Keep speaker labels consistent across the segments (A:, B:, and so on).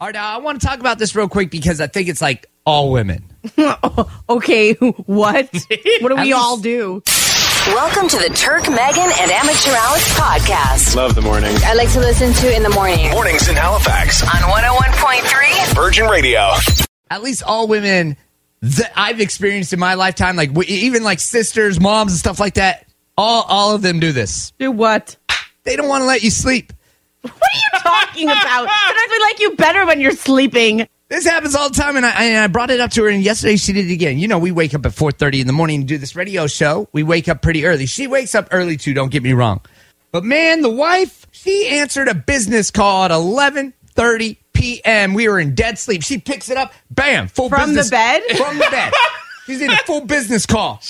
A: All right, uh, I want to talk about this real quick because I think it's like all women.
B: okay, what? What do we
A: I'm
B: all
A: just-
B: do?
C: Welcome to the Turk, Megan, and Amateur Alex podcast.
D: Love the morning.
C: I like to listen to in the morning
D: Mornings in Halifax
C: on 101.3.
D: Virgin Radio.
A: At least all women that I've experienced in my lifetime, like w- even like sisters, moms, and stuff like that. All all of them do this.
B: Do what?
A: They don't want to let you sleep.
B: Talking about. Sometimes we like you better when you're sleeping.
A: This happens all the time, and I, and I brought it up to her. And yesterday she did it again. You know, we wake up at four thirty in the morning and do this radio show. We wake up pretty early. She wakes up early too. Don't get me wrong, but man, the wife she answered a business call at eleven thirty p.m. We were in dead sleep. She picks it up, bam, full
B: From the
A: business-
B: bed?
A: from the bed. She's in a full business call.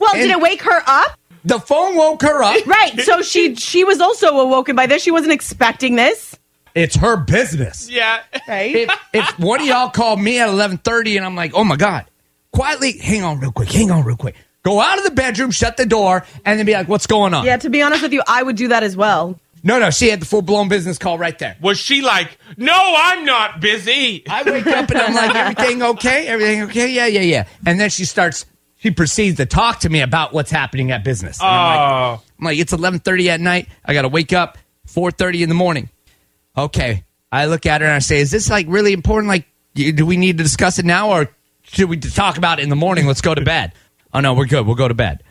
B: Well,
A: And-
B: did it wake her up?
A: The phone woke her up.
B: Right. So she she was also awoken by this. She wasn't expecting this.
A: It's her business.
E: Yeah.
B: Right.
A: If, if one of y'all called me at eleven thirty, and I'm like, oh my god, quietly, hang on real quick, hang on real quick, go out of the bedroom, shut the door, and then be like, what's going on?
B: Yeah. To be honest with you, I would do that as well.
A: No, no, she had the full blown business call right there.
E: Was she like, no, I'm not busy?
A: I wake up and I'm like, everything okay? Everything okay? Yeah, yeah, yeah. And then she starts, she proceeds to talk to me about what's happening at business. And I'm like,
E: Oh,
A: I'm like, it's 11:30 at night. I gotta wake up 4:30 in the morning. Okay. I look at her and I say, "Is this like really important? Like, you- do we need to discuss it now, or should we talk about it in the morning? Let's go to bed." oh no, we're good. We'll go to bed.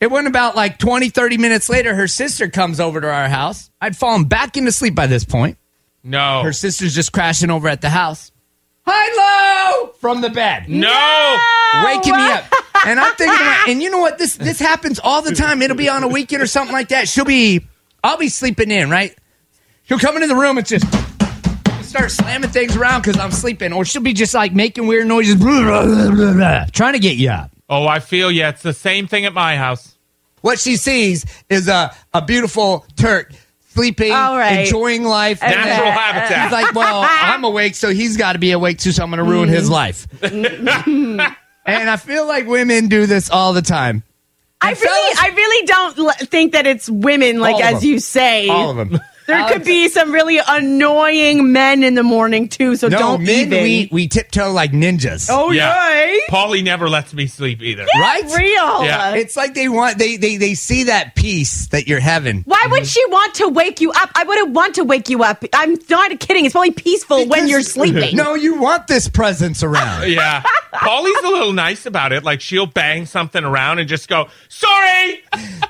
A: It went about like 20, 30 minutes later. Her sister comes over to our house. I'd fallen back into sleep by this point.
E: no.
A: Her sister's just crashing over at the house. Hi, Lo! From the bed
E: no.
A: waking me up. And I'm thinking, to my- and you know what? This this happens all the time. It'll be on a weekend or something like that. She'll be, I'll be sleeping in, right? She'll come into the room and just start slamming things around because I'm sleeping, or she'll be just like making weird noises, blah, blah, blah, blah, blah, trying to get you up.
E: Oh, I feel yeah. It's the same thing at my house.
A: What she sees is a a beautiful Turk sleeping,
B: All right.
A: enjoying life. And
E: Natural
A: then
E: habitat.
A: He's like, well, I'm awake, so he's got to be awake too. So I'm going to ruin his life.
B: Mm-hmm.
A: and I feel like women do this all the time.
B: I really I really don't l- think that it's women like
A: All of
B: as
A: them.
B: you say.
A: All of them.
B: There could be some really annoying men in the morning too. So
A: No,
B: don't
A: men,
B: even.
A: we, we tiptoe like ninjas.
B: oh
E: Yeah.
B: yeah.
E: Polly never lets me sleep either.
A: right?
B: Real.
E: Yeah.
A: It's like they want they they they see that peace that you're having.
B: Why would she want to wake you up? I wouldn't want to wake you up. I'm not kidding. It's probably peaceful when you're sleeping.
A: No, you want this presence around.
E: Yeah. Polly's a little nice about it. Like she'll bang something around and just go, sorry.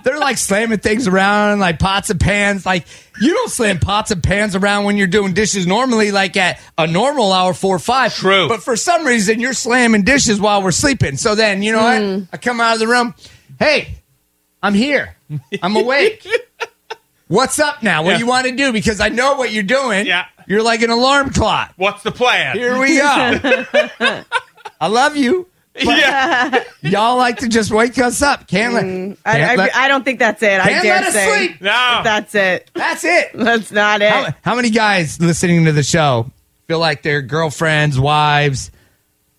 A: They're like slamming things around like pots and pans. Like you don't slam pots and pans around when you're doing dishes normally, like at a normal hour four or five.
E: True.
A: But for some reason you're slamming dishes while we're sleeping. So then you know
B: Hmm.
A: what? I come out of the room. Hey, I'm here. I'm awake. What's up now? What
E: Yeah.
A: do you want to do? Because I know what you're doing.
E: Yeah.
A: You're like an alarm clock.
E: What's the plan?
A: Here we go. I love you.
E: yeah.
A: Y'all like to just wake us up. Can't let,
B: Hmm. I,
A: can't
B: I,
A: let-
B: I don't think that's it. I
A: can't
B: dare
A: let us
B: say
A: sleep.
E: No.
B: that's it.
A: That's it.
B: That's not it.
A: How, how many guys listening to the show feel like their girlfriends, wives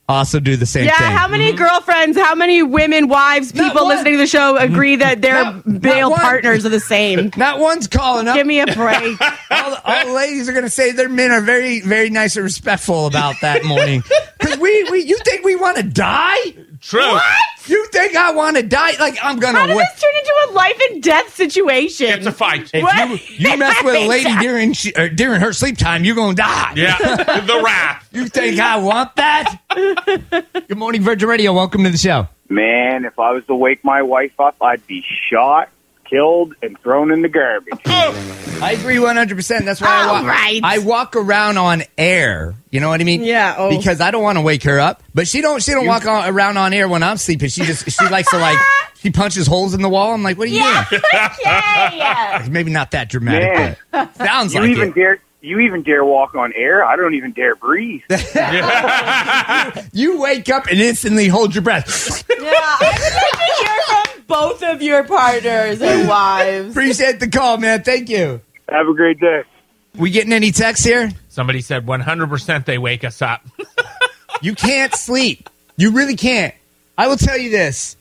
A: also do the same
B: yeah,
A: thing?
B: how many girlfriends, how many women, wives,
A: Mm-hmm. Not
B: people
A: one. Mm-hmm.
B: listening to the show agree that their
A: Not- not
B: male
A: one.
B: partners are the same?
A: Not one's calling up.
B: Give me a break.
A: all, the, all the ladies are going to say their men are very, very nice and respectful about that morning. 'Cause we, we, you think we want to die?
E: True.
A: You think I want to die? Like I'm going to
B: How did
A: wait.
B: this turn into a life and death situation?
E: It's a fight.
B: What?
A: You, you mess with a lady during she, or during her sleep time, you're gonna die.
E: Yeah. the wrath.
A: You think I want that? Good morning, Virgin Radio. Welcome to the show.
F: Man, if I was to wake my wife up, I'd be shot, killed, and thrown in the garbage.
A: I agree 100. percent That's why I
B: All
A: walk.
B: right.
A: I walk around on air. You know what I mean?
B: Yeah, oh.
A: Because I don't want to wake her up, but she don't. She don't walk on, around on air when I'm sleeping. She just. She likes to like. She punches holes in the wall. I'm like, what are you doing?
B: yeah, yeah.
A: Maybe not that dramatic. But sounds
F: You
A: like
F: even
A: it.
F: dare you even dare walk on air? I don't even dare breathe.
A: You wake up and instantly hold your breath.
B: Yeah, I would like to hear from both of your partners and wives.
A: Appreciate the call, man. Thank you.
F: Have a great day.
A: We getting any texts here?
E: Somebody said 100% they wake us up.
A: You can't sleep. You really can't. I will tell you this.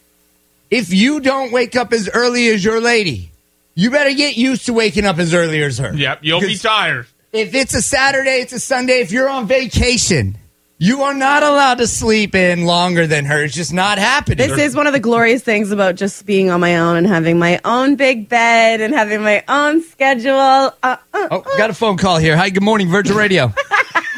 A: If you don't wake up as early as your lady, you better get used to waking up as early as her.
E: Yep. You'll be
A: Because
E: tired.
A: If it's a Saturday, it's a Sunday. If you're on vacation, you are not allowed to sleep in longer than her. It's just not happening.
B: This is one of the glorious things about just being on my own and having my own big bed and having my own schedule. Uh, uh,
A: oh, got a phone call here. Hi, good morning, Virgin Radio.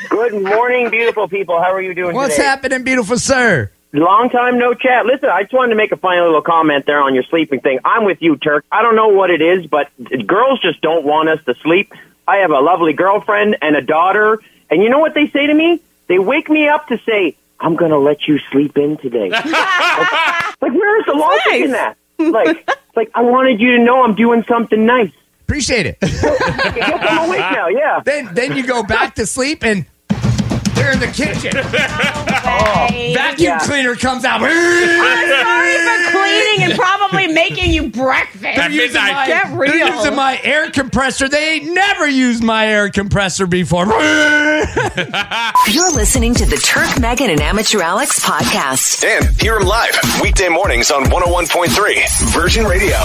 D: Good morning, beautiful people. How are you doing
A: What's
D: today?
A: happening, beautiful sir?
D: Long time no chat. Listen, I just wanted to make a final little comment there on your sleeping thing. I'm with you, Turk. I don't know what it is, but girls just don't want us to sleep. I have a lovely girlfriend and a daughter, and you know what they say to me? They wake me up to say, "I'm going to let you sleep in today." like, where is the logic in
B: nice.
D: that? Like, it's like I wanted you to know I'm doing something nice.
A: Appreciate it.
D: Yes, I'm awake now. Yeah.
A: then then you go back to sleep and they're in the kitchen. Vacuum
D: Yeah.
A: cleaner comes out.
B: Sorry for cleaning and probably making you breakfast.
A: They're
E: That
A: using
E: midnight.
A: my-
B: Get real.
A: They're using my air compressor. They ain't never used my air compressor before.
C: You're listening to the Turk, Megan, and Amateur Alex podcast.
G: And hear him live weekday mornings on 101.3 Virgin Radio.